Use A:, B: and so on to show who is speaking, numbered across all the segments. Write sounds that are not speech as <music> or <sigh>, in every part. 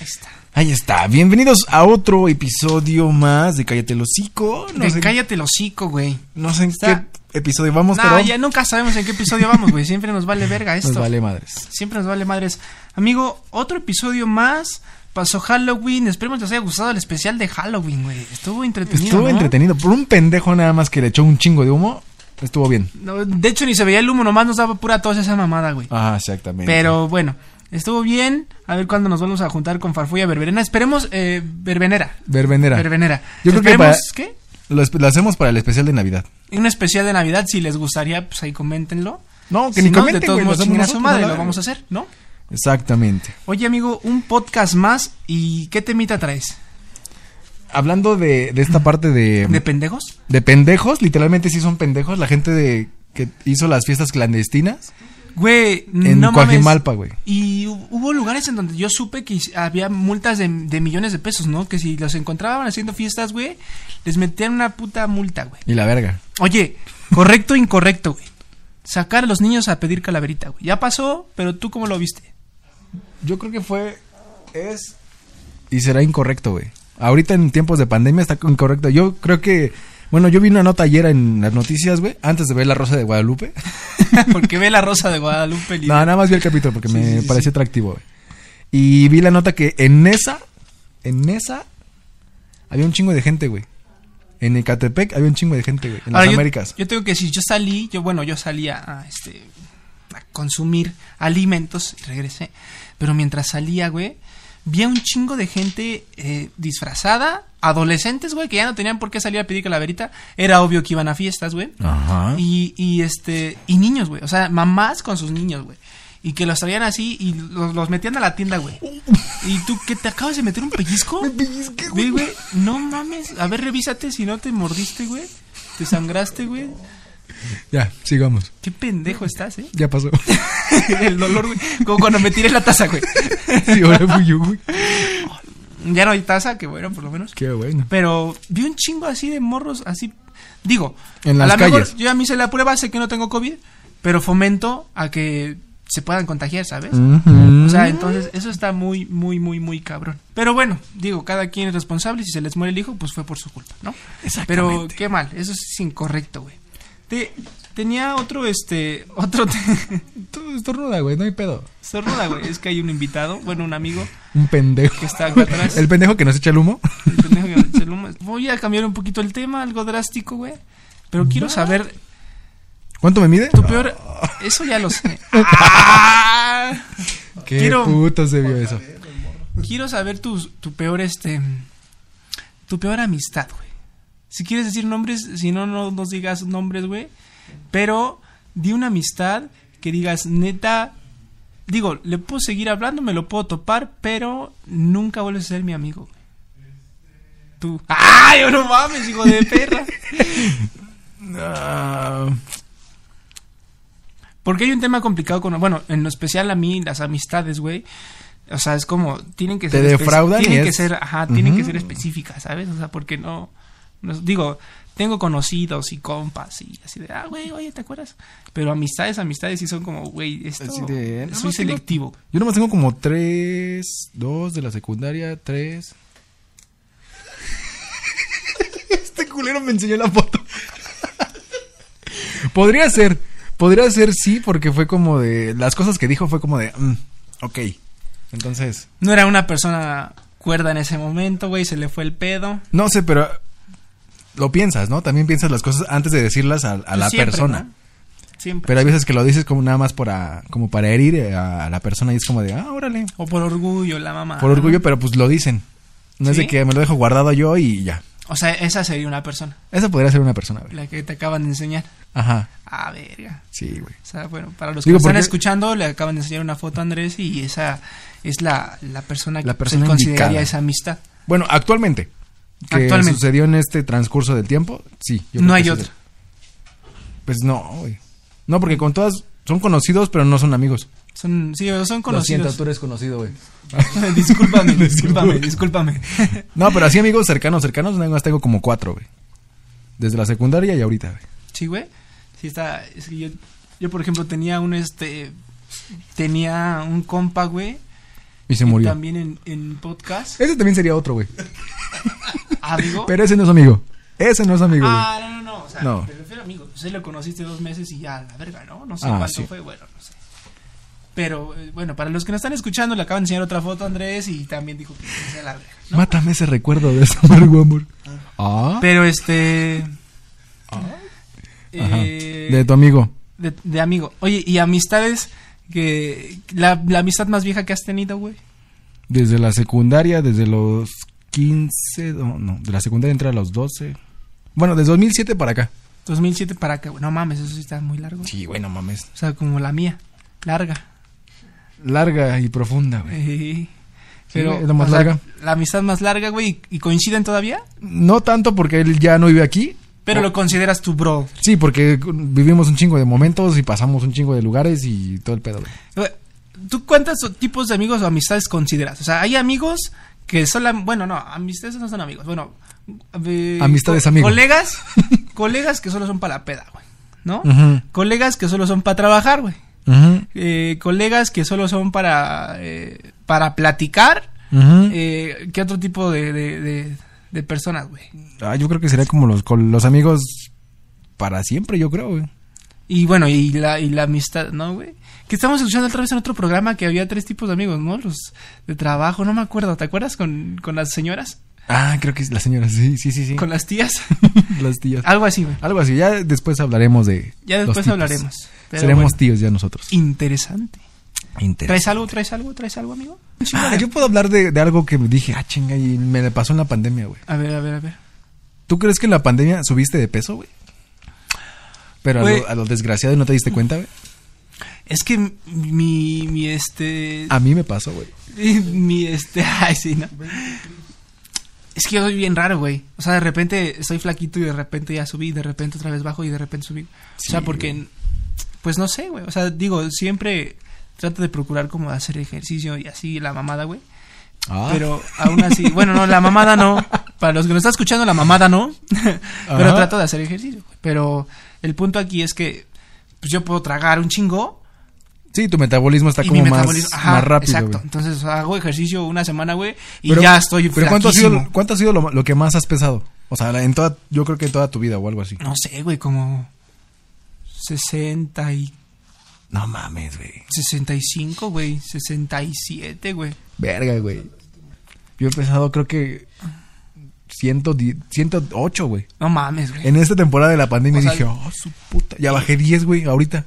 A: está.
B: Ahí está. Bienvenidos a otro episodio más de Cállate el Hocico. No
A: De
B: sé,
A: cállate el hocico, güey.
B: no sé en
A: Está-
B: qué episodio vamos,
A: No,
B: pero
A: ya nunca sabemos en qué episodio vamos, güey. Siempre nos vale verga esto.
B: <laughs> nos vale madres.
A: Siempre nos vale madres. Amigo, otro episodio más. Pasó Halloween. Esperemos que les haya gustado el especial de Halloween, güey. Estuvo entretenido.
B: Estuvo
A: ¿no?
B: entretenido. Por un pendejo nada más que le echó un chingo de humo, estuvo bien.
A: No, de hecho, ni se veía el humo, nomás nos daba pura tos esa mamada, güey.
B: Ah, exactamente.
A: Pero bueno, estuvo bien. A ver cuándo nos vamos a juntar con Farfulla Berberena. Esperemos, eh, Berbenera.
B: Verbenera.
A: Berbenera.
B: Yo creo que
A: Esperemos,
B: para- Lo, espe- lo hacemos para el especial de Navidad.
A: ¿qué? Un especial de Navidad, si les gustaría, pues ahí coméntenlo.
B: No, que
A: Si
B: ni
A: no,
B: comenten,
A: de todos
B: güey, lo
A: modos,
B: hacemos
A: chinguen a su
B: nosotros,
A: madre,
B: ¿no?
A: lo vamos a hacer, ¿no?
B: Exactamente.
A: Oye, amigo, un podcast más. ¿Y qué temita traes?
B: Hablando de, de esta parte de,
A: ¿De pendejos?
B: de pendejos, literalmente sí son pendejos, la gente de que hizo las fiestas clandestinas
A: Güey,
B: en
A: no mames.
B: Coajimalpa, güey.
A: Y hu- hubo lugares en donde yo supe que his- había multas de, de millones de pesos, ¿no? Que si los encontraban haciendo fiestas, güey, les metían una puta multa, güey.
B: Y la verga.
A: Oye, correcto o incorrecto, güey. Sacar a los niños a pedir calaverita, güey. Ya pasó, pero tú cómo lo viste. <laughs>
B: Yo creo que fue. Es. Y será incorrecto, güey. Ahorita en tiempos de pandemia está incorrecto. Yo creo que. Bueno, yo vi una nota ayer en las noticias, güey, antes de ver La Rosa de
A: <laughs>
B: Guadalupe.
A: Porque ve la rosa de Guadalupe.
B: No, nada más vi el capítulo porque
A: Sí,
B: me
A: sí, sí, sí.
B: pareció atractivo, güey. Y vi la nota que en esa. En esa. Había un chingo de gente, güey. En Ecatepec había un chingo de gente, güey. En las
A: Ahora, yo-
B: Américas.
A: Yo, tengo que decir, yo salí, yo bueno, yo salí a, a, este a consumir alimentos y regresé. Pero mientras salía, güey, vi a un chingo de gente eh, disfrazada, adolescentes, güey, que ya no tenían por qué salir a pedir calaverita. Era obvio que iban a fiestas, güey.
B: Ajá.
A: Y, y este y niños, güey, o sea, mamás con sus niños, güey. Y que los traían así y los, los metían a la tienda, güey. ¿Y tú qué te acabas de meter un
B: <laughs>
A: pellizco?
B: Uh. pellizqué,
A: Ve, güey, no mames. A ver, revísate si no te mordiste, güey. Te sangraste, güey.
B: Ya, sigamos.
A: Qué pendejo estás, eh. <laughs>
B: Ya pasó. <laughs>
A: El dolor, güey. Como cuando me tiré la taza, güey.
B: sí, ahora fui yo, güey.
A: Ya no hay taza, que bueno, por lo menos.
B: Qué bueno.
A: Pero vi un chingo así de morros, así. Digo,
B: En
A: a
B: las
A: lo mejor
B: calles.
A: yo a mí se la prueba, sé que no tengo COVID, pero fomento a que se puedan contagiar, ¿sabes?
B: Ujú.
A: O sea, entonces eso está muy, muy, muy, muy cabrón. Pero bueno, digo, cada quien es responsable. Si se les muere el hijo, pues fue por su culpa, ¿no? Pero
B: Exactamente.
A: qué mal, eso es incorrecto, güey. Te- tenía otro, este, <laughs> otro... te-
B: Tú estornuda, güey, no hay pedo.
A: Sorruda, güey, es que hay un invitado, bueno, un amigo
B: Un pendejo.
A: que está acá atrás.
B: <laughs> El pendejo que nos echa el humo. <laughs>
A: el pendejo que me echa el humo. Voy a cambiar un poquito el tema, algo drástico, güey. Pero quiero saber,
B: ¿Cuánto me mide?
A: tu peor... Eso ya lo sé. Ah.
B: Qué
A: Quiero-
B: puto se vio eso.
A: Quiero saber tus- tu peor, este. Tu peor amistad, güey. Si quieres decir nombres, si no, no nos digas nombres, güey. Pero di una amistad que digas, neta. Digo, le puedo seguir hablando, me lo puedo topar, pero nunca vuelves a ser mi amigo, güey. Tú. ¡Ay, yo no mames, hijo de perra!
B: Ah,
A: Porque hay un tema complicado con. Bueno, en lo especial a mí, las amistades, güey. O sea, es como. Tienen que
B: Te
A: ser. espe-
B: defraudan y
A: Tienen que
B: es-
A: ser. Ajá, tienen que
B: Ujú.
A: ser específicas, ¿sabes? O sea, porque no. no es- digo, tengo conocidos y compas y así de. Ah, güey, oye, ¿te acuerdas? Pero amistades, amistades sí son como, güey, esto.
B: Así de, "Eh, nada
A: soy
B: más tengo-
A: selectivo.
B: yo nomás tengo como tres, dos de la secundaria, tres. <laughs> Este culero me enseñó la foto. <laughs> podría ser, podría ser sí, porque fue como de. Las cosas que dijo fue como de. mm, ok. Entonces.
A: No era una persona cuerda en ese momento, güey, se le fue el pedo.
B: No sé, pero lo piensas, ¿no? También piensas las cosas antes de decirlas a, a la
A: Siempre,
B: persona.
A: ¿no? Siempre.
B: Pero hay veces que lo dices como nada más para, como para herir eh, a la persona y es como de, ah, órale.
A: O por orgullo, la mamá.
B: Por orgullo, pero pues lo dicen. No es
A: Ah. ¿Sí?
B: de que me lo dejo guardado yo y ya.
A: O sea, esa sería una persona,
B: Esa podría ser una persona, güey.
A: la que te acaban de enseñar.
B: Ajá.
A: Ah, verga.
B: Sí, güey.
A: O sea, bueno, para los que
B: Digo,
A: lo están
B: porque-
A: escuchando, le acaban de enseñar una foto a Andrés y esa es la, la persona que
B: La persona
A: se consideraría
B: indicada.
A: esa amistad.
B: Bueno, actualmente. Que
A: Actualmente.
B: sucedió en este transcurso del tiempo, sí. yo creo
A: no
B: que
A: hay
B: sí.
A: otra.
B: Pues no, güey. No, porque con todas son conocidos, pero no son amigos.
A: Son, sí, son
B: Lo siento,
A: conocidos.
B: tú eres conocido, güey.
A: <laughs>
B: <laughs>
A: discúlpame, discúlpame, discúlpame. <laughs>
B: No, pero así amigos cercanos, cercanos, nada más tengo como cuatro, güey. Desde la secundaria y ahorita, güey.
A: sí, güey. Sí, está. Es que yo, yo, por ejemplo, tenía un este. Tenía un compa, güey,
B: Y se murió.
A: También en, en podcast.
B: Ese también sería otro, güey.
A: ¿Amigo?
B: <laughs> Pero ese no es amigo. Ese no es amigo, güey.
A: ah, no, no, no. O sea,
B: No.
A: me refiero a amigo. Usted lo conociste dos meses y ya, la verga, ¿no? No sé
B: Ah,
A: cuánto
B: sí.
A: fue, bueno, no sé. Pero, eh, bueno, para los que nos están escuchando, le acaban de enseñar otra foto a Andrés y también dijo que sea la verga, ¿no?
B: Mátame ese recuerdo de <laughs> ese amargo amor. Ah.
A: Pero este.
B: Ajá.
A: eh,
B: De tu amigo.
A: de, de amigo. Oye, ¿y amistades? que la, la amistad más vieja que has tenido, güey.
B: Desde la secundaria, desde los 15, no, no, de la secundaria entré a los 12. Bueno, desde 2007 para acá.
A: 2007 para acá, güey. No mames, eso sí está muy largo.
B: Sí, güey, no mames.
A: O sea, como la mía. Larga.
B: Larga y profunda, güey.
A: Eh,
B: Sí,
A: Pero,
B: es la más
A: o sea,
B: larga.
A: la amistad más larga, güey. ¿Y coinciden todavía?
B: No tanto porque él ya no vive aquí.
A: Pero lo consideras tu bro.
B: Sí, porque vivimos un chingo de momentos y pasamos un chingo de lugares y todo el pedo, güey.
A: Güey, Eh, ¿Tú cuántos tipos de amigos o amistades consideras? O sea, hay amigos que son... la- bueno, no, amistades no son amigos. Bueno... eh,
B: Amistades
A: co-
B: amigos. <laughs>
A: Colegas, colegas que solo son para la peda, güey. ¿No?
B: Ujú.
A: Colegas que solo son para trabajar, güey.
B: Ujú,
A: Eh, colegas que solo son para... eh, para platicar.
B: ujú.
A: Eh, ¿Qué otro tipo de, de, de- de personas, güey?
B: Ah, yo creo que sería como los, con los amigos para siempre, yo creo, güey.
A: Y bueno, y la, y la amistad, ¿no, güey? Que estamos escuchando otra vez en otro programa que había tres tipos de amigos, ¿no? Los de trabajo, no me acuerdo. ¿Te acuerdas con, con las señoras?
B: Ah, creo que es la señora, sí, sí, sí, sí.
A: ¿Con las tías?
B: <laughs>
A: <laughs>
B: Las tías.
A: Algo así, güey.
B: Algo así, ya después hablaremos de.
A: Ya
B: los
A: después
B: tipos.
A: hablaremos. Pero
B: Seremos
A: bueno,
B: tíos ya nosotros.
A: interesante.
B: Interesante.
A: ¿Traes algo, traes algo, traes algo, amigo?
B: Ah, yo puedo hablar de, de algo que me dije, ah, chinga, y me la pasó en la pandemia, güey.
A: A ver, a ver, a ver.
B: ¿Tú crees que en la pandemia subiste de peso, güey? Pero a
A: Güey.
B: lo, a lo desgraciado no te diste cuenta, güey.
A: Es que mi, mi, este...
B: A mí me pasó, güey.
A: Mi, este, <laughs> ay, sí, ¿no? Es que yo soy bien raro, güey. O sea, de repente estoy flaquito y de repente ya subí, y de repente otra vez bajo y de repente subí. o sea,
B: Sí,
A: porque, pues no sé, güey. O sea, digo, siempre trato de procurar como hacer ejercicio y así la mamada, güey.
B: Ah,
A: Pero aún así, bueno, no, la mamada no. Para los que nos están escuchando, la mamada no. <laughs> Pero
B: Ajá.
A: trato de hacer ejercicio, güey. Pero el punto aquí es que, pues yo puedo tragar un chingo
B: Sí, tu metabolismo está
A: y
B: como
A: mi
B: más,
A: metabolismo- ajá,
B: más rápido,
A: Exacto.
B: güey.
A: Entonces hago ejercicio una semana, güey, y
B: Pero-
A: ya estoy
B: Pero ¿cuánto ha sido,
A: flaquísimo.
B: cuánto ha sido lo, lo que más has pesado? O sea, la- en toda, yo creo que en toda tu vida o algo así.
A: No sé, güey, como 60 y
B: No mames, güey.
A: 65, güey, 67, güey.
B: Verga, güey. Yo he pesado, creo que. 110 108, güey.
A: No mames, güey.
B: En esta temporada de la pandemia
A: O sea,
B: dije, oh, su puta. Ya bajé 10, güey, ahorita.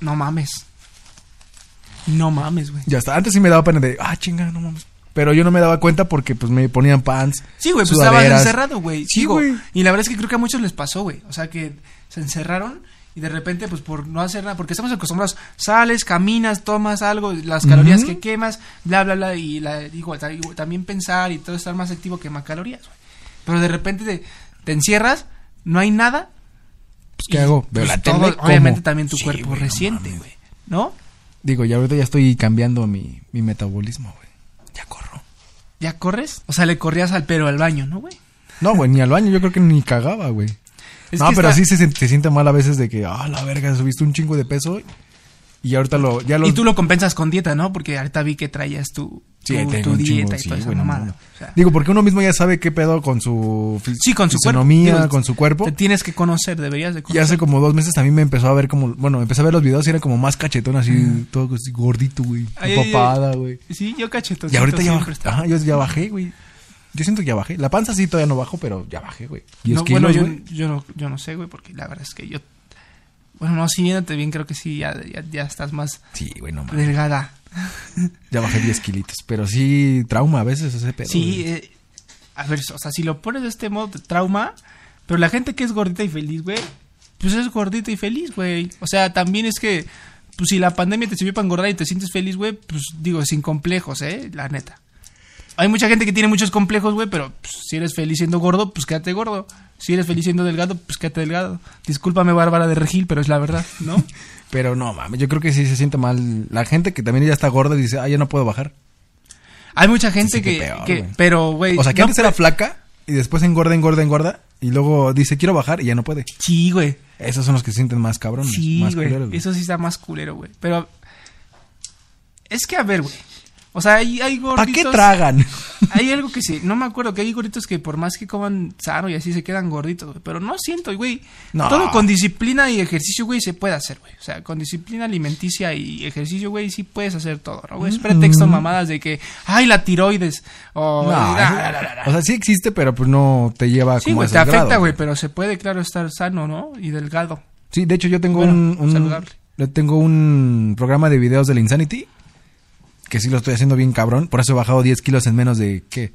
A: No mames. No mames, güey.
B: Ya está. Antes sí me daba pena de, ah, chinga, no mames. Pero yo no me daba cuenta porque, pues, me ponían pants.
A: Sí, güey, pues estabas
B: sudaderas.
A: encerrado, güey.
B: Sí,
A: Digo,
B: güey.
A: Y la verdad es que creo que a muchos les pasó, güey. O sea, que se encerraron y de repente, pues por no hacer nada, porque estamos acostumbrados, sales, caminas, tomas algo, las calorías
B: Ujú.
A: que quemas, bla, bla, bla, y la, igual, ta- igual, también pensar y todo estar más activo quema calorías, güey. Pero de repente te, te encierras, no hay nada.
B: Pues, ¿qué
A: y,
B: hago? Veo
A: pues,
B: la
A: todo-
B: tele, como.
A: Obviamente también tu
B: Sí,
A: cuerpo
B: güey, no
A: resiente,
B: mames.
A: güey. ¿No?
B: Digo, ya ahorita ya estoy cambiando mi, mi metabolismo, güey. Ya corro.
A: ¿Ya corres? O sea, le corrías al pero al baño, ¿no, güey?
B: No, güey, ni al baño, yo creo que ni cagaba, güey.
A: Es
B: no,
A: que
B: pero
A: está-
B: sí se, sien- se siente mal a veces de que, ah, la verga, subiste un chingo de peso. Y ahorita lo. Ya lo
A: Y tú lo compensas con dieta, ¿no? Porque ahorita vi que traías tu,
B: Sí,
A: tu,
B: tengo
A: tu
B: un
A: dieta
B: chingo,
A: y
B: sí,
A: toda esa
B: güey, no
A: mamada.
B: mames.
A: O sea,
B: Digo, porque uno mismo ya sabe qué pedo con su fi-
A: sí, con su cuerpo.
B: fisonomía,
A: Digo,
B: con su cuerpo.
A: Te tienes que conocer, deberías de
B: Y
A: conocer.
B: hace como dos meses también me empezó a ver como, bueno, empecé a ver los videos y era como más cachetón así, todo así gordito, güey,
A: Ay, ay, ay.
B: papada, güey.
A: Sí, yo cachetón.
B: Y ahorita ya
A: siempre
B: bajé,
A: estaba.
B: ajá, yo ya bajé, güey. Yo siento que ya bajé. La panza sí todavía no bajo, pero ya bajé, güey. 10
A: No,
B: kilos,
A: bueno, yo,
B: güey.
A: yo no, yo no sé, güey, porque la verdad es que yo... Bueno, no, sí, viéndote bien, creo que sí, ya, ya, ya estás más
B: Sí, güey, no mames.
A: delgada.
B: Ya bajé 10 kilitos, pero sí trauma a veces ese pedo.
A: sí,
B: güey.
A: eh, a ver, o sea, si lo pones de este modo, te trauma. Pero la gente que es gordita y feliz, güey, pues es gordita y feliz, güey. O sea, también es que, pues si la pandemia te sirvió para engordar y te sientes feliz, güey, pues digo, sin complejos, ¿eh? La neta. Hay mucha gente que tiene muchos complejos, güey, pero pues, si eres feliz siendo gordo, pues quédate gordo. Si eres feliz siendo delgado, pues quédate delgado. Discúlpame, Bárbara de Regil, pero es la verdad,
B: <laughs>
A: ¿no?
B: Pero no mames, yo creo que sí se siente mal la gente que también ya está gorda y dice, "Ah, ya no puedo bajar."
A: Hay mucha gente
B: Sí,
A: que,
B: qué peor,
A: que-
B: güey.
A: pero, güey,
B: O sea, que
A: no
B: antes era flaca y después engorda, engorda, engorda y luego dice, "Quiero bajar" y ya no puede.
A: sí, güey.
B: Esos son los que se sienten más cabrones,
A: Sí,
B: más
A: güey.
B: culeros, güey.
A: Eso sí está más culero, güey. Pero. Es que, a ver, güey. O O sea, hay, hay gorditos.
B: ¿Para qué
A: <laughs>
B: tragan?
A: Hay algo que sí, no me acuerdo, que hay gorditos que por más que coman sano y así se quedan gorditos, güey. Pero no siento, güey.
B: No.
A: Todo con disciplina y ejercicio, güey, se puede hacer, güey. O sea, con disciplina alimenticia y ejercicio, güey, sí puedes hacer todo, ¿no, güey? Es pretexto mamadas de que, ay, la tiroides. O,
B: Mm. No,
A: ah,
B: eso-
A: la, la, la, la.
B: O sea, sí existe, pero pues no te lleva
A: sí,
B: como a
A: güey,
B: esos
A: te afecta,
B: grados,
A: güey, pero se puede, claro, estar sano, ¿no? Y delgado.
B: Sí, de hecho yo tengo
A: Bueno,
B: un, un-
A: saludable.
B: yo tengo un programa de videos del Insanity que sí lo estoy haciendo bien cabrón, por eso he bajado 10 kilos en menos de qué?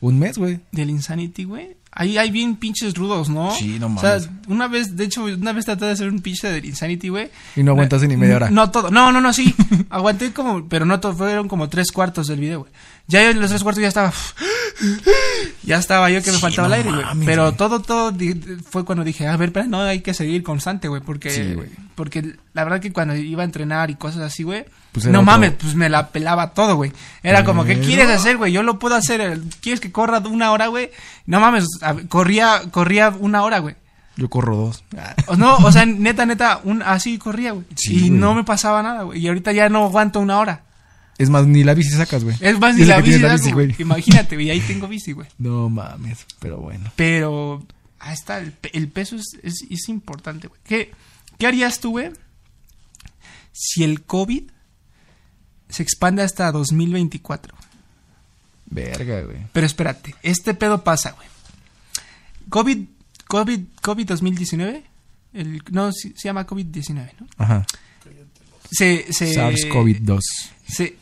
B: Un mes, güey.
A: Del Insanity, güey. Ahí hay bien pinches rudos, ¿no?
B: Sí, no
A: O
B: mames.
A: sea, una vez, de hecho, una vez traté de hacer un pinche del Insanity, güey.
B: Y no aguantaste ni media hora.
A: No, todo. No, no, no,
B: <laughs>
A: sí. Aguanté como, pero no todo. Fueron como tres cuartos del video, güey. Ya yo en los tres cuartos ya estaba. <laughs> ya estaba yo que me
B: Sí,
A: faltaba
B: no
A: el aire, güey.
B: mames,
A: Pero
B: güey.
A: todo, todo di- fue cuando dije, a ver, espera, no hay que seguir constante, güey. Porque,
B: Sí, güey.
A: porque la verdad que cuando iba a entrenar y cosas así, güey.
B: Pues era
A: no
B: otro-
A: mames, pues me la pelaba todo, güey. Era como, ¿qué
B: Pero-
A: quieres hacer, güey? Yo lo puedo hacer. el- ¿Quieres que corra una hora, güey? No mames, a ver, corría, corría una hora, güey.
B: Yo corro dos.
A: O Ah. no, o sea, neta, neta, un, así corría, güey.
B: Sí,
A: y
B: güey.
A: no me pasaba nada, güey. Y ahorita ya no aguanto una hora.
B: Es más, ni la bici sacas, güey.
A: Es más,
B: Y
A: ni
B: eso
A: la
B: que
A: bici,
B: tienes
A: da, güey. Imagínate, güey, ahí tengo bici, güey.
B: No mames, pero bueno.
A: Pero, ahí está, el, pe- el peso es, es, es importante, güey. ¿Qué, ¿Qué harías tú, güey, si el COVID se expande hasta 2024?
B: Verga, güey.
A: Pero espérate, este pedo pasa, güey. COVID, COVID, COVID 2019, el, no, sí- se llama COVID-19, ¿no?
B: Ajá.
A: Se, se,
B: SARS-CoV-2.
A: se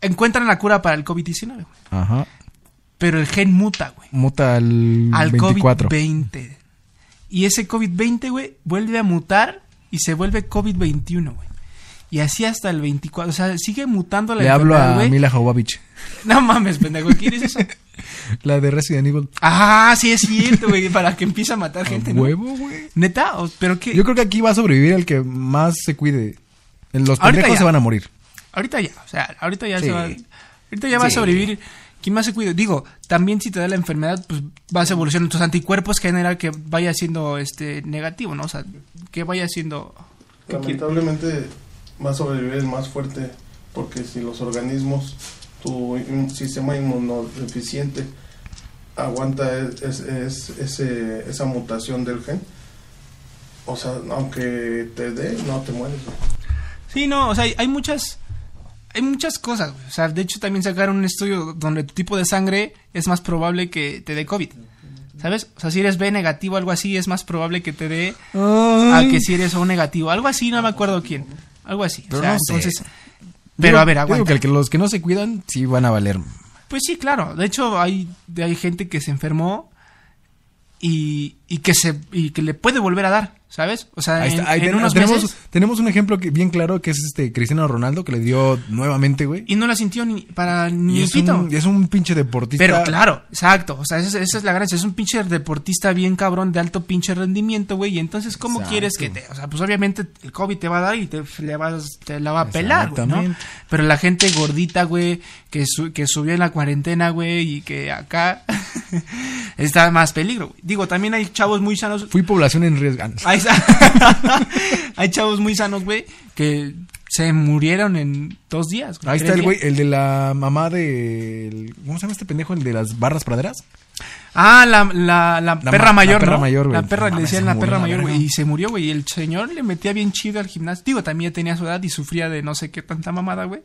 A: encuentran la cura para el COVID-19, güey.
B: Ajá.
A: Pero el gen muta, güey.
B: Muta al,
A: Al
B: 24.
A: COVID-20. Y ese COVID-20, güey, vuelve a mutar y se vuelve COVID-21, güey. Y así hasta el 24. O sea, sigue mutando la
B: Le hablo
A: enfermedad,
B: a
A: güey.
B: Mila Jovovich.
A: No mames, pendejo, ¿quién
B: <laughs>
A: es eso?
B: La de Resident Evil.
A: ah, sí es cierto, güey, para que empiece a matar gente,
B: A
A: Este ¿no?
B: huevo, güey.
A: ¿Neta? O- ¿Pero qué?
B: Yo creo que aquí va a sobrevivir el que más se cuide. Los
A: Ahorita
B: pendejos
A: ya.
B: se van a morir.
A: Ahorita ya, o sea, ahorita ya
B: Sí.
A: se va... Ahorita ya va a
B: Sí.
A: sobrevivir. ¿Quién más se cuida? Digo, también si te da la enfermedad, pues vas evolucionando tus anticuerpos que generan que vaya siendo este negativo, ¿no? O sea, que vaya siendo...
C: Lamentablemente va a sobrevivir el más fuerte porque si los organismos, tu in- sistema inmunodeficiente aguanta e-, es- es- es- ese- esa mutación del gen, o sea, aunque te dé, no te mueres. güey.
A: Sí, no, o sea, hay, hay muchas... Hay muchas cosas, güey. O sea, de hecho también sacaron un estudio donde tu tipo de sangre es más probable que te dé COVID. ¿Sabes? O sea, si eres B negativo o algo así, es más probable que te dé a que si eres O negativo. Algo así, no me acuerdo quién. Algo así. O
B: Pero
A: sea,
B: no sé.
A: entonces...
B: Digo-
A: Pero a ver,
B: digo
A: aguanta.
B: que el que los que no se cuidan sí van a valer.
A: Pues sí, claro. De hecho, hay, hay gente que se enfermó y, y que se y que le puede volver a dar, ¿sabes? O sea,
B: Ahí
A: Ah, en,
B: está, ahí
A: en
B: ten-
A: unos
B: tenemos,
A: meses
B: tenemos un ejemplo que- bien claro que es este Cristiano Ronaldo que le dio nuevamente, güey.
A: y no la sintió ni para ni
B: Y es
A: pito.
B: un, y es un pinche deportista.
A: Pero claro, exacto. O sea, esa, es- esa es la gracia. Es un pinche deportista bien cabrón de alto pinche rendimiento, güey. Y entonces, ¿cómo
B: Exacto.
A: quieres que te.? O sea, pues obviamente el COVID te va a dar y te, le vas, te la va a pelar, güey, ¿no?
B: Exactamente.
A: Pero la gente gordita, güey, que, su- que subió en la cuarentena, güey, y que acá <laughs> está más peligro, güey. Digo, también hay chavos muy sanos.
B: Fui población en riesgo. Ah, no.
A: Hay, sa- <laughs> hay chavos muy sanos, güey, que se murieron en dos días.
B: Ahí
A: tres
B: está el
A: días.
B: güey, el de la mamá de. el- ¿Cómo se llama este pendejo? El de las barras praderas.
A: Ah, la, la, la
B: La
A: perra
B: ma-
A: mayor,
B: la perra
A: ¿no?
B: mayor, güey.
A: La perra,
B: No
A: le
B: mames,
A: decían
B: se
A: la
B: murió
A: perra
B: la
A: mayor,
B: verga.
A: güey. Y se murió, güey. Y el señor le metía bien chido al gimnasio. Digo, también ya tenía su edad y sufría de no sé qué tanta mamada, güey.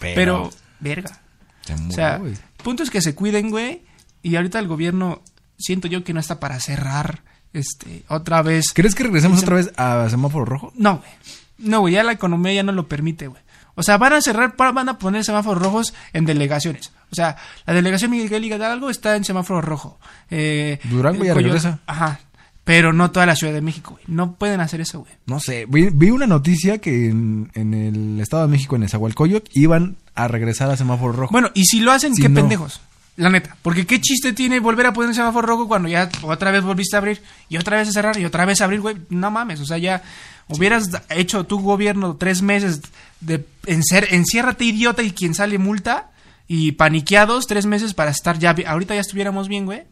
A: Pero, verga.
B: Se
A: O
B: murió,
A: sea,
B: güey.
A: punto es que se cuiden, güey. Y ahorita el gobierno, siento yo que no está para cerrar, este, otra vez.
B: ¿Crees que regresemos otra vez a semáforo rojo?
A: No, güey. No, güey, ya la economía ya no lo permite, güey. O sea, van a cerrar, pa- van a poner semáforos rojos en delegaciones. O sea, la delegación Miguel Hidalgo está en semáforo rojo. Eh,
B: Durango ya
A: Coyol-
B: regresa.
A: Ajá. Pero no toda la Ciudad de México, güey. No pueden hacer eso, güey.
B: No sé, vi, vi una noticia que en, en el Estado de México, en Esahualcoyot, iban a regresar a semáforo rojo.
A: Bueno, y si lo hacen,
B: Si
A: qué
B: no.
A: pendejos. La neta. Porque qué chiste tiene volver a poner el semáforo rojo cuando ya otra vez volviste a abrir y otra vez a cerrar y otra vez a abrir, güey. No mames. O sea, ya hubieras hecho tu gobierno tres meses de encer- enciérrate, idiota, y quien sale multa. Y paniqueados tres meses para estar ya. bi- Ahorita ya estuviéramos bien, güey.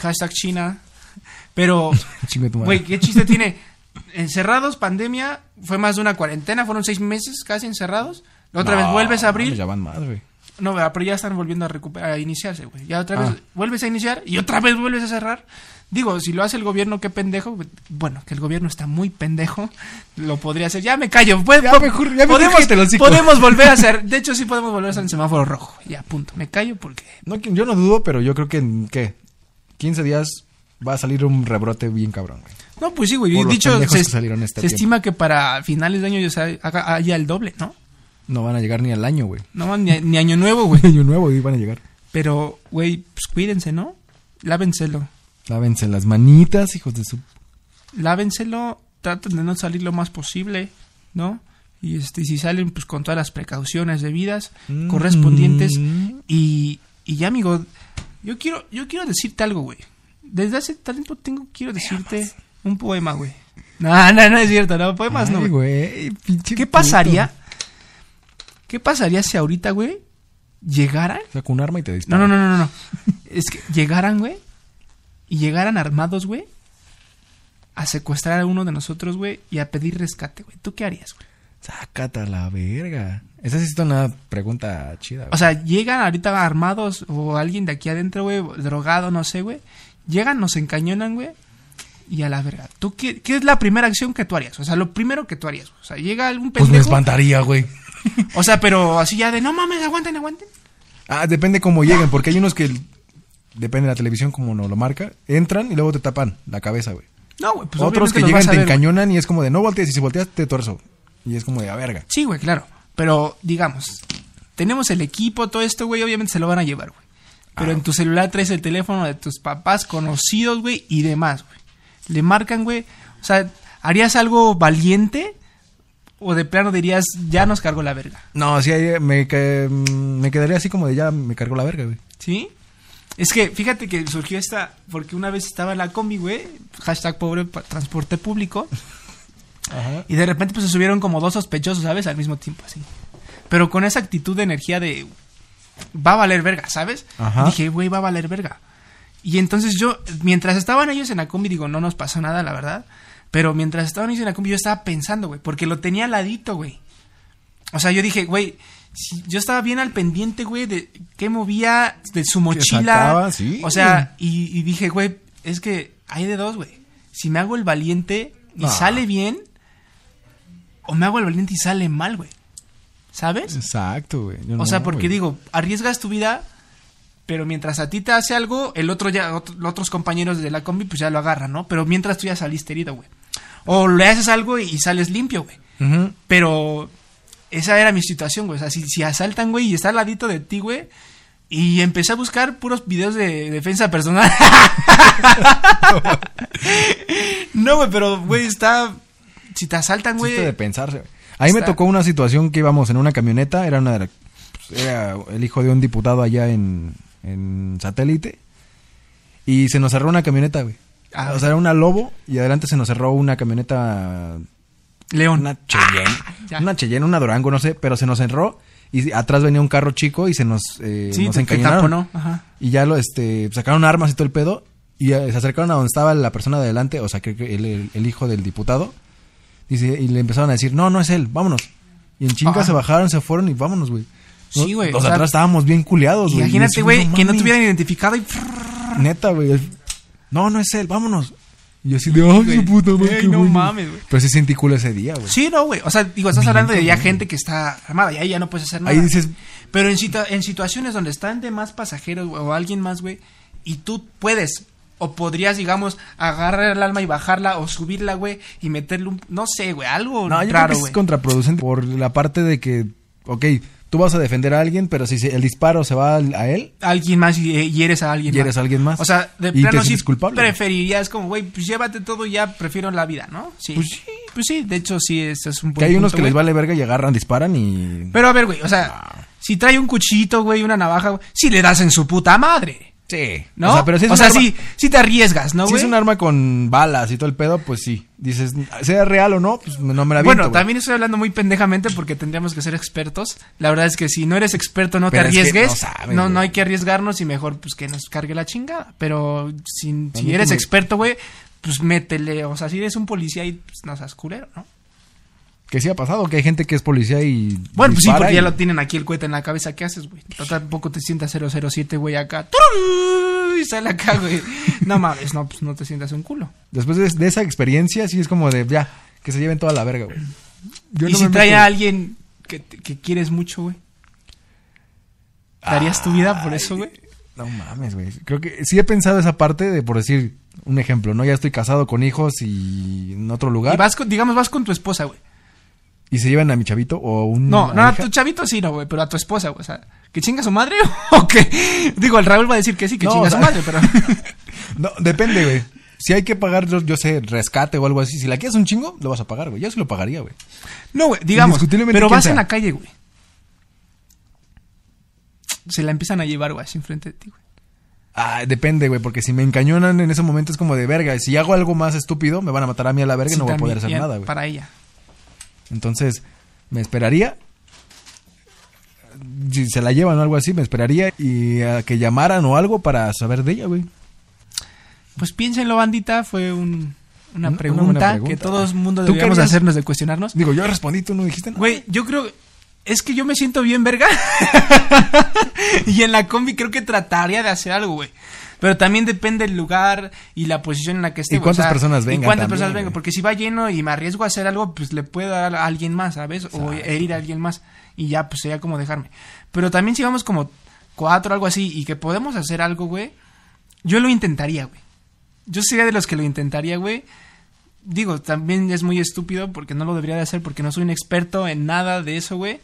A: Hashtag China.
B: <laughs>
A: Pero.
B: Chinga tu madre.
A: Güey, ¿qué chiste tiene? Encerrados, pandemia, fue más de una cuarentena, fueron seis meses casi encerrados. La otra
B: No,
A: vez vuelves a abrir.
B: Ya van más, güey.
A: No, ¿verdad? pero ya están volviendo a recuperar, a iniciarse, güey. Ya otra vez
B: Ah.
A: vuelves a iniciar y otra vez vuelves a cerrar. Digo, si lo hace el gobierno, qué pendejo. Bueno, que el gobierno está muy pendejo, lo podría hacer. Ya me callo. Pues,
B: Ya mejor- ya mejor cállate el
A: podemos,
B: hocico. <laughs>
A: podemos volver a hacer. De hecho, sí podemos volver a hacer el semáforo rojo. Ya, punto. Me callo porque
B: No, que- yo no dudo, pero yo creo que en, ¿qué? 15 días va a salir un rebrote bien cabrón, güey.
A: No, pues sí, güey.
B: Por los
A: Dicho,
B: pendejos
A: se,
B: que salieron este
A: se
B: tiempo.
A: estima que para finales de año ya se haga- haya el doble, ¿no?
B: No van a llegar ni al año, güey. <laughs>
A: No man, ni, ni año nuevo, güey.
B: Año nuevo y van a llegar.
A: Pero, güey, pues cuídense, ¿no? Lávenselo.
B: Lávense las manitas, hijos de su...
A: Lávenselo, traten de no salir lo más posible, ¿no? Y este, si salen, pues con todas las precauciones debidas, correspondientes.
B: Mm.
A: Y, y ya, amigo, yo quiero, yo quiero decirte algo, güey. Desde hace tiempo tengo, quiero decirte un poema, güey. No, no, no es cierto, no, poemas no,
B: Ay,
A: güey.
B: güey, pinche
A: ¿Qué
B: puto.
A: pasaría? ¿Qué pasaría si ahorita, güey, llegaran?
B: Saca un arma y te dispara.
A: No, no, no, no, no. Es que llegaran, güey, y llegaran armados, güey, a secuestrar a uno de nosotros, güey, y a pedir rescate, güey. ¿Tú qué harías, güey?
B: Sácate a la verga. Esa sí es una pregunta chida, güey.
A: O sea, llegan ahorita armados o alguien de aquí adentro, güey, drogado, no sé, güey. Llegan, nos encañonan, güey. Y a la verga. ¿Tú qué, qué es la primera acción que tú harías? O sea, lo primero que tú harías. güey. O sea, llega algún
B: pues
A: pendejo.
B: me espantaría, güey.
A: O sea, pero así ya de no mames, aguanten, aguanten.
B: Ah, depende cómo lleguen, porque hay unos que... Depende de la televisión como no lo marca. Entran y luego te tapan la cabeza, güey.
A: No, güey, pues
B: Otros
A: obviamente
B: que
A: los
B: llegan
A: vas a
B: te
A: ver, güey.
B: encañonan y es como de no voltees y si volteas te torzo. Y es como de a verga.
A: Sí, güey, claro. Pero, digamos, tenemos el equipo, todo esto, güey, obviamente se lo van a llevar, güey. Pero en tu celular traes el teléfono de tus papás, conocidos, güey, y demás, güey. Le marcan, güey. O sea, ¿harías algo valiente? ¿O de plano dirías, ya nos cargo la verga?
B: No, sí, ahí eh, me, que- mm, me quedaría así como de ya me cargo la verga, güey.
A: ¿Sí? Es que fíjate que surgió esta, porque una vez estaba en la combi, güey, hashtag pobre pa- transporte público,
B: Ajá.
A: y de repente pues se subieron como dos sospechosos, ¿sabes? Al mismo tiempo, así. Pero con esa actitud de energía de, va a valer verga, ¿sabes?
B: Ajá.
A: Dije, güey, va a valer verga. Y entonces yo, mientras estaban ellos en la combi, digo, no nos pasó nada, la verdad. Pero mientras estaban ellos en la combi, yo estaba pensando, güey, porque lo tenía al ladito, güey. O sea, yo dije, güey, si- yo estaba bien al pendiente, güey, de qué movía de su mochila.
B: sacaba, sí,
A: O sea, y, y dije, güey, es que hay de dos, güey. Si me hago el valiente y
B: No.
A: sale bien, o me hago el valiente y sale mal, güey. ¿Sabes?
B: Exacto, güey. Yo
A: O sea,
B: no,
A: porque
B: güey.
A: digo, arriesgas tu vida, pero mientras a ti te hace algo, el otro ya, ot- los otros compañeros de la combi, pues ya lo agarran, ¿no? Pero mientras tú ya saliste herido, güey. O le haces algo y, y sales limpio, güey.
B: Ujú.
A: Pero esa era mi situación, güey. O sea, si, si asaltan, güey, y está al ladito de ti, güey. Y empecé a buscar puros videos de defensa personal. <laughs> no, güey, pero, güey, está... Si te asaltan, güey...
B: Chiste de pensarse, güey. Ahí me
A: Está-
B: tocó una situación que íbamos en una camioneta, era una de la- pues, era el hijo de un diputado allá en, en satélite y se nos cerró una camioneta, güey.
A: Ah,
B: o sea, era una Lobo y adelante se nos cerró una camioneta
A: León.
B: una Cheyenne,
A: Ah, ya.
B: una Cheyenne, una Durango, no sé, pero se nos encerró y atrás venía un carro chico y se nos eh,
A: sí,
B: nos
A: te- te
B: encañonaron.
A: taponó, Ajá.
B: Y ya lo, este, sacaron armas y todo el pedo. Y eh, se acercaron a donde estaba la persona de adelante, o sea, que que el, el- el hijo del diputado. Dice, y le empezaron a decir, no, no es él, vámonos. Y en chinga
A: Ah.
B: se bajaron, se fueron y vámonos, güey. No-
A: Sí, güey,
B: Los
A: o
B: de
A: sea,
B: atrás estábamos bien culeados, güey.
A: Imagínate,
B: Y
A: güey,
B: así,
A: que no te
B: mames,
A: hubieran identificado y...
B: Neta, güey. el- No, no es él, vámonos. Y yo así de, ay, su puta madre.
A: Ey,
B: qué
A: no
B: güey".
A: mames, güey.
B: Pero sí sentí culo ese día, güey.
A: Sí, no, güey. O sea, digo, estás hablando de ya gente que está armada y ahí ya no puedes hacer nada.
B: Ahí dices-
A: Pero en, situa- en situaciones donde están de más pasajeros güey, o alguien más, güey, y tú puedes o podrías, digamos, agarrar el alma y bajarla o subirla, güey, y meterle un... No sé, güey, algo
B: No, yo creo
A: raro,
B: que
A: güey.
B: es contraproducente por la parte de que, ok, tú vas a defender a alguien, pero si se- el disparo se va al- a él,
A: Alguien más y eh, hieres a alguien
B: Hieres
A: más.
B: a alguien más.
A: O sea, de
B: Y te
A: plano sí
B: sientes culpable, güey.
A: preferirías como, güey, pues llévate todo y ya, prefiero la vida, ¿no? Sí.
B: Pues sí.
A: Pues sí, de hecho sí, eso es un
B: que hay unos
A: punto,
B: que les
A: güey.
B: vale verga y agarran, disparan y...
A: Pero a ver, güey, o
B: Ah.
A: sea, si trae un cuchillito, güey, una navaja, güey, si le das en su puta madre,
B: sí.
A: ¿no?
B: O sea, pero si es,
A: o
B: un,
A: sea,
B: arma,
A: sí, sí te arriesgas, ¿no,
B: si
A: güey?
B: es un arma con balas y todo el pedo, pues sí. Dices, sea real o no, pues no me la aviento.
A: bueno,
B: güey.
A: también estoy hablando muy pendejamente porque tendríamos que ser expertos. La verdad es que si no eres experto no
B: Pero
A: te
B: es que
A: arriesgues.
B: no sabes,
A: no, no
B: güey.
A: hay que arriesgarnos y mejor pues que nos cargue la chingada. Pero si, si
B: mí
A: eres
B: como-
A: experto, güey, pues métele. O sea, si eres un policía y pues, no seas culero, ¿no?
B: Que sí ha pasado, que hay gente que es policía y.
A: Bueno, pues sí,
B: dispara
A: porque
B: y-
A: ya lo tienen aquí el cohete en la cabeza. ¿Qué haces, güey? T- Tampoco te sientas 007, güey, acá. ¡Tururú! Y sale acá, güey. No mames, no, pues no te sientas un culo.
B: Después de, de esa experiencia, sí es como de, ya, que se lleven toda la verga, güey. Yo
A: y
B: no
A: si
B: me
A: trae
B: meto-
A: a alguien que, te- que quieres mucho, güey. ¿Darías tu vida por eso, güey?
B: No mames, güey. Creo que sí he pensado esa parte de, por decir, un ejemplo, ¿no? Ya estoy casado con hijos y en otro lugar.
A: Y vas con, digamos, vas con tu esposa, güey.
B: y se llevan a mi chavito o un.
A: No, no, a
B: hija.
A: tu chavito sí, no, güey, pero a tu esposa, güey. O sea, ¿que chinga su madre <laughs> o qué? Digo, el Raúl va a decir que sí, que
B: No,
A: chinga
B: o
A: su
B: sea-
A: madre, pero...
B: <laughs> No, depende, güey. Si hay que pagar, yo, yo sé, rescate o algo así. Si la quieres un chingo, lo vas a pagar, güey. Yo sí lo pagaría, güey.
A: No, güey, digamos,
B: Indiscutiblemente,
A: pero
B: ¿quién
A: vas
B: sea?
A: en la calle, güey. Se la empiezan a llevar, güey, así enfrente de ti, güey.
B: Ah, depende, güey, porque si me encañonan en ese momento es como de verga. Si hago algo más estúpido, me van a matar a mí a la verga y
A: Sí,
B: no voy a poder
A: también, ya,
B: hacer nada, güey.
A: Para ella.
B: Entonces, me esperaría. Si se la llevan o algo así, me esperaría y a que llamaran o algo para saber de ella, güey.
A: Pues piénsenlo, bandita, fue un- una,
B: Una- una buena
A: pregunta que
B: pregunta.
A: todo el mundo
B: ¿Tú
A: deberíamos
B: querías-
A: hacernos de cuestionarnos.
B: Digo, yo respondí, tú no dijiste nada.
A: Güey, yo creo. Es que yo me siento bien, verga. <laughs> y en la combi creo que trataría de hacer algo, güey. Pero también depende el lugar y la posición en la que esté.
B: Y
A: güey.
B: cuántas personas
A: Y
B: vengan
A: cuántas
B: también,
A: personas
B: güey.
A: vengan. Porque si va lleno y me arriesgo a hacer algo, pues le puedo dar a alguien más, ¿sabes? O herir a alguien más. Y ya, pues sería como dejarme. Pero también si vamos como cuatro, algo así, y que podemos hacer algo, güey. Yo lo intentaría, güey. Yo sería de los que lo intentaría, güey. Digo, también es muy estúpido porque no lo debería de hacer porque no soy un experto en nada de eso, güey.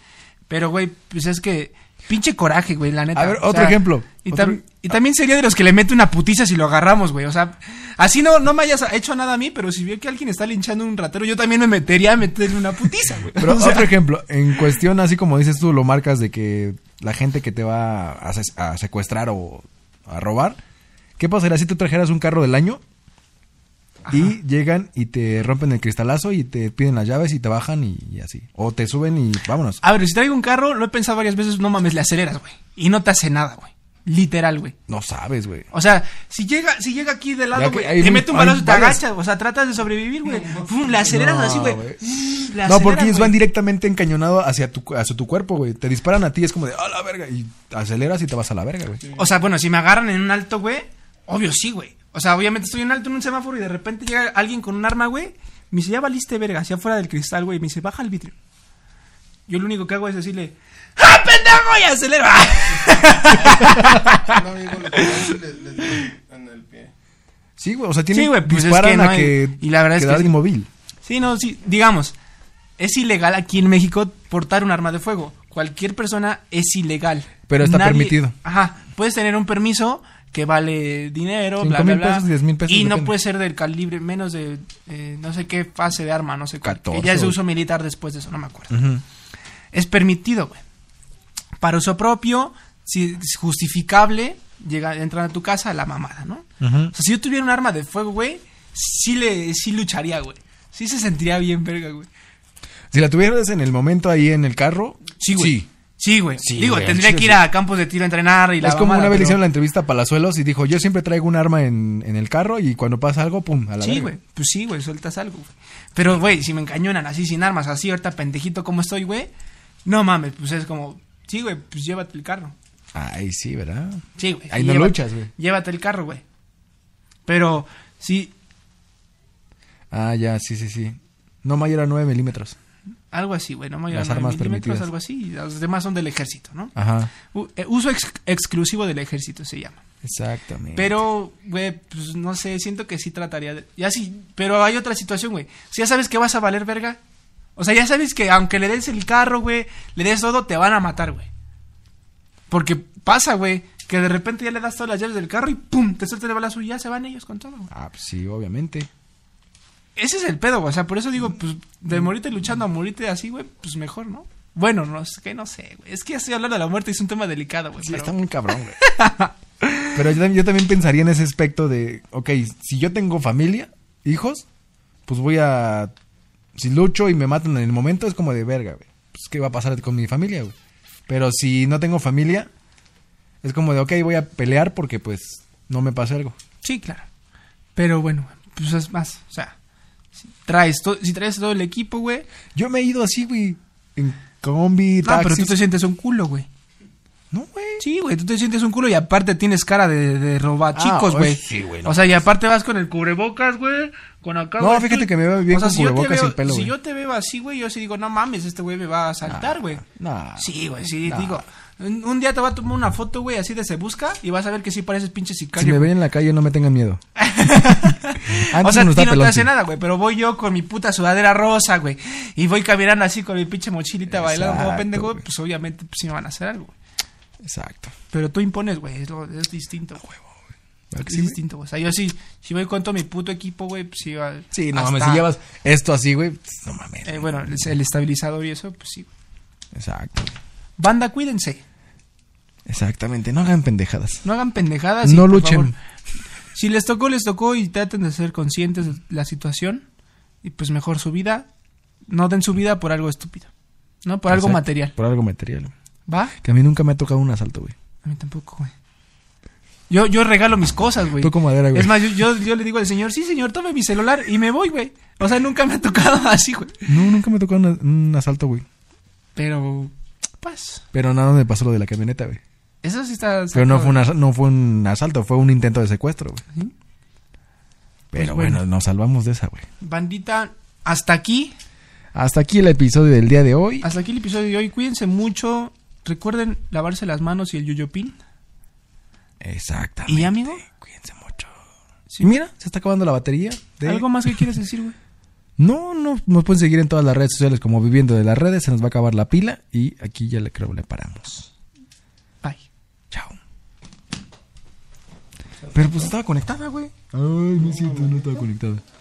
A: Pero, güey, pues es que pinche coraje, güey, la neta.
B: A ver,
A: O
B: otro ejemplo.
A: Y,
B: Otro-
A: tam- y también sería de los que le mete una putiza si lo agarramos, güey. O sea, así no, no me hayas hecho nada a mí, pero si veo que alguien está linchando a un ratero, yo también me metería a meterle una putiza, güey. <laughs>
B: Pero
A: O sea,
B: otro ejemplo, en cuestión, así como dices tú, lo marcas de que la gente que te va a, ses- a secuestrar o a robar, ¿qué pasaría si tú trajeras un carro del año y llegan y te rompen el cristalazo y te piden las llaves y te bajan y, y así? O te suben y vámonos.
A: A ver, si traigo un carro, lo he pensado varias veces, no mames, le aceleras, güey. Y no te hace nada, güey. Literal, güey.
B: No sabes, güey.
A: O sea, si llega, si llega aquí de
B: Ya
A: lado,
B: que
A: güey,
B: hay
A: te
B: un-
A: mete un
B: hay
A: balazo, te
B: varias.
A: agachas, o sea, tratas de sobrevivir, güey. Fum, le aceleras
B: No,
A: así, güey.
B: güey.
A: Mm, <gasps> le
B: No,
A: aceleras,
B: porque ellos
A: güey.
B: van directamente encañonados hacia tu, hacia tu cuerpo, güey. Te disparan a ti, es como de, ah, la verga. Y aceleras y te vas a la verga, güey.
A: O sea, bueno, si me agarran en un alto, güey, obvio sí, güey. O sea, obviamente estoy en alto en un semáforo y de repente llega alguien con un arma, güey. Me dice, ya valiste verga, hacia afuera del cristal, güey. Me dice, baja el vidrio. Yo lo único que hago es decirle, ¡Ah, pendejo! Y acelero.
B: <laughs>
C: Un amigo le pegó y le- le dio en el pie.
B: Sí, güey. O sea, tienen,
A: Sí, güey, pues es
B: disparan
A: que no
B: a
A: hay-
B: que
A: y la verdad es que
B: quedar
A: sí.
B: inmóvil.
A: Sí, no, sí, digamos, es ilegal aquí en México portar un arma de fuego. Cualquier persona es ilegal.
B: Pero está permitido.
A: Ajá, puedes tener un permiso que vale dinero,
B: Cinco
A: bla, bla,
B: mil
A: bla.
B: pesos, diez mil pesos,
A: y no
B: depende.
A: puede ser del calibre menos de eh, no sé qué fase de arma, no sé cuál. Que ya
B: 14
A: es de
B: o-
A: uso militar después de eso, no me acuerdo. Es permitido, güey. Para uso propio, si es justificable, llega, entran a tu casa la mamada, ¿no? O sea, si yo tuviera un arma de fuego, güey, sí le, sí lucharía, güey. Sí se sentiría bien, verga, güey.
B: Si la tuvieras en el momento ahí en el carro.
A: Sí, güey. Sí. güey.
B: Sí,
A: Digo,
B: güey, al
A: tendría
B: chile
A: que ir
B: sí.
A: a campos de tiro a entrenar y la
B: es como
A: mamada,
B: una vez le
A: pero-
B: hicieron la entrevista a Palazuelos y dijo, yo siempre traigo un arma en, en el carro y cuando pasa algo, pum, a la
A: Sí,
B: verga.
A: güey. Pues sí, güey, sueltas algo, güey. Pero, güey, si me encañonan así sin armas, así ahorita pendejito como estoy, güey. No mames, pues es como, sí, güey, pues llévate el carro.
B: Ay, sí, ¿verdad?
A: Sí, güey.
B: Ahí no
A: llévate-
B: luchas, güey.
A: Llévate el carro, güey. Pero, sí,
B: Ah, ya, sí, sí, sí. No mayor a 9 milímetros.
A: algo así, güey. No mayor a
B: Las
A: 9
B: armas
A: milímetros,
B: permitidas. Ah.
A: algo así. y Los demás son del ejército, ¿no?
B: Ajá.
A: U- eh, uso ex- exclusivo del ejército se llama.
B: Exactamente.
A: Pero, güey, pues no sé, siento que sí trataría de. Ya sí, pero hay otra situación, güey. Si ya sabes que vas a valer verga. O sea, ya sabes que aunque le des el carro, güey, le des todo, te van a matar, güey. Porque pasa, güey, que de repente ya le das todas las llaves del carro y pum, te suelta el balazo y ya se van ellos con todo, güey.
B: Ah, pues sí, obviamente.
A: Ese es el pedo, güey. O sea, por eso digo, pues de morirte luchando a morirte así, güey, pues mejor, ¿no? Bueno, no es que no sé, güey. Es que ya estoy hablando de la muerte, es un tema delicado, güey.
B: Sí,
A: pero-
B: está muy cabrón, güey. <laughs> Pero yo, tam- yo también pensaría en ese aspecto de, ok, si yo tengo familia, hijos, pues voy a... Si lucho y me matan en el momento, es como de verga, güey. Pues, ¿qué va a pasar con mi familia, güey? Pero si no tengo familia, es como de, ok, voy a pelear porque, pues, no me pasa algo.
A: Sí, claro. Pero bueno, pues es más, o sea, Traes to- si traes todo el equipo, güey.
B: Yo me he ido así, güey. En combi,
A: No, Ah, pero
B: taxis.
A: tú te sientes un culo, güey.
B: No, güey.
A: Sí, güey, tú te sientes un culo y aparte tienes cara de, de robachicos,
B: Ah,
A: güey.
B: sí, güey, no
A: o sea, y aparte vas con el cubrebocas, güey, con acá.
B: No,
A: güey,
B: fíjate
A: tú-
B: que me veo bien con
A: si yo te
B: cubrebocas
A: veo-
B: sin pelo,
A: Si
B: güey. Ah.
A: yo te veo así, güey, yo sí digo, no mames, este güey me va a saltar, güey.
B: No.
A: Sí, güey, sí,
B: Nah.
A: digo. Un un día te va a tomar una foto, güey, así de se busca y vas a ver que sí pareces pinche
B: Si me
A: <laughs> sicario.
B: ven en la calle, no me tengan miedo.
A: o sea, a
B: nos da
A: ti no te
B: pelón,
A: hace
B: sí.
A: nada, güey, pero voy yo con mi puta sudadera rosa, güey, y voy caminando así con mi pinche mochilita bailando como
B: Exacto,
A: pendejo,
B: güey.
A: pues obviamente pues, sí me van a hacer algo, güey.
B: Exacto.
A: Pero tú impones, güey, es, lo- es distinto, güey.
B: ¿Verdad que
A: Es
B: sí, güey?
A: distinto, güey. O sea, yo sí, si voy con todo mi puto equipo, güey, pues sí va.
B: Sí, no
A: hasta-
B: mames. Si llevas esto así, güey. pues, No mames.
A: eh, bueno, el, el estabilizador y eso, pues sí. güey.
B: Exacto.
A: Banda, cuídense.
B: Exactamente. No hagan pendejadas.
A: No hagan pendejadas. y,
B: No
A: por
B: luchen.
A: favor, si les tocó, les tocó y traten de ser conscientes de la situación. Y pues mejor su vida. No den su vida por algo estúpido. ¿No? Por algo
B: Exacto,
A: material.
B: Por algo material.
A: ¿Va?
B: Que a mí nunca me ha tocado un asalto, güey.
A: A mí tampoco, güey. Yo, yo regalo mis cosas, güey.
B: Tú como madera, güey.
A: Es más, yo, yo, yo le digo al señor, sí, señor, tome mi celular y me voy, güey. O sea, nunca me ha tocado <laughs> así, güey.
B: No, nunca me tocó un, un asalto, güey.
A: Pero, pues,
B: Pero nada me pasó lo de la camioneta, güey.
A: eso sí está...
B: Pero no fue, un asa- no fue un asalto, fue un intento de secuestro, güey.
A: ¿Sí?
B: Pero
A: Pues bueno.
B: bueno, nos salvamos de esa, güey.
A: Bandita, hasta aquí,
B: Hasta aquí el episodio del día de hoy.
A: hasta aquí el episodio de hoy. Cuídense mucho, recuerden lavarse las manos y el yoyopin.
B: Exactamente.
A: ¿Y ya, amigo?
B: Cuídense mucho.
A: Sí.
B: Mira, se está acabando la batería. De...
A: ¿Algo más que quieres decir, güey?
B: No, no, nos pueden seguir en todas las redes sociales como Viviendo de las Redes. Se nos va a acabar la pila y aquí ya le creo le paramos.
A: Bye.
B: Chao. Pero pues estaba conectada, güey. Ay, me siento, no estaba conectada.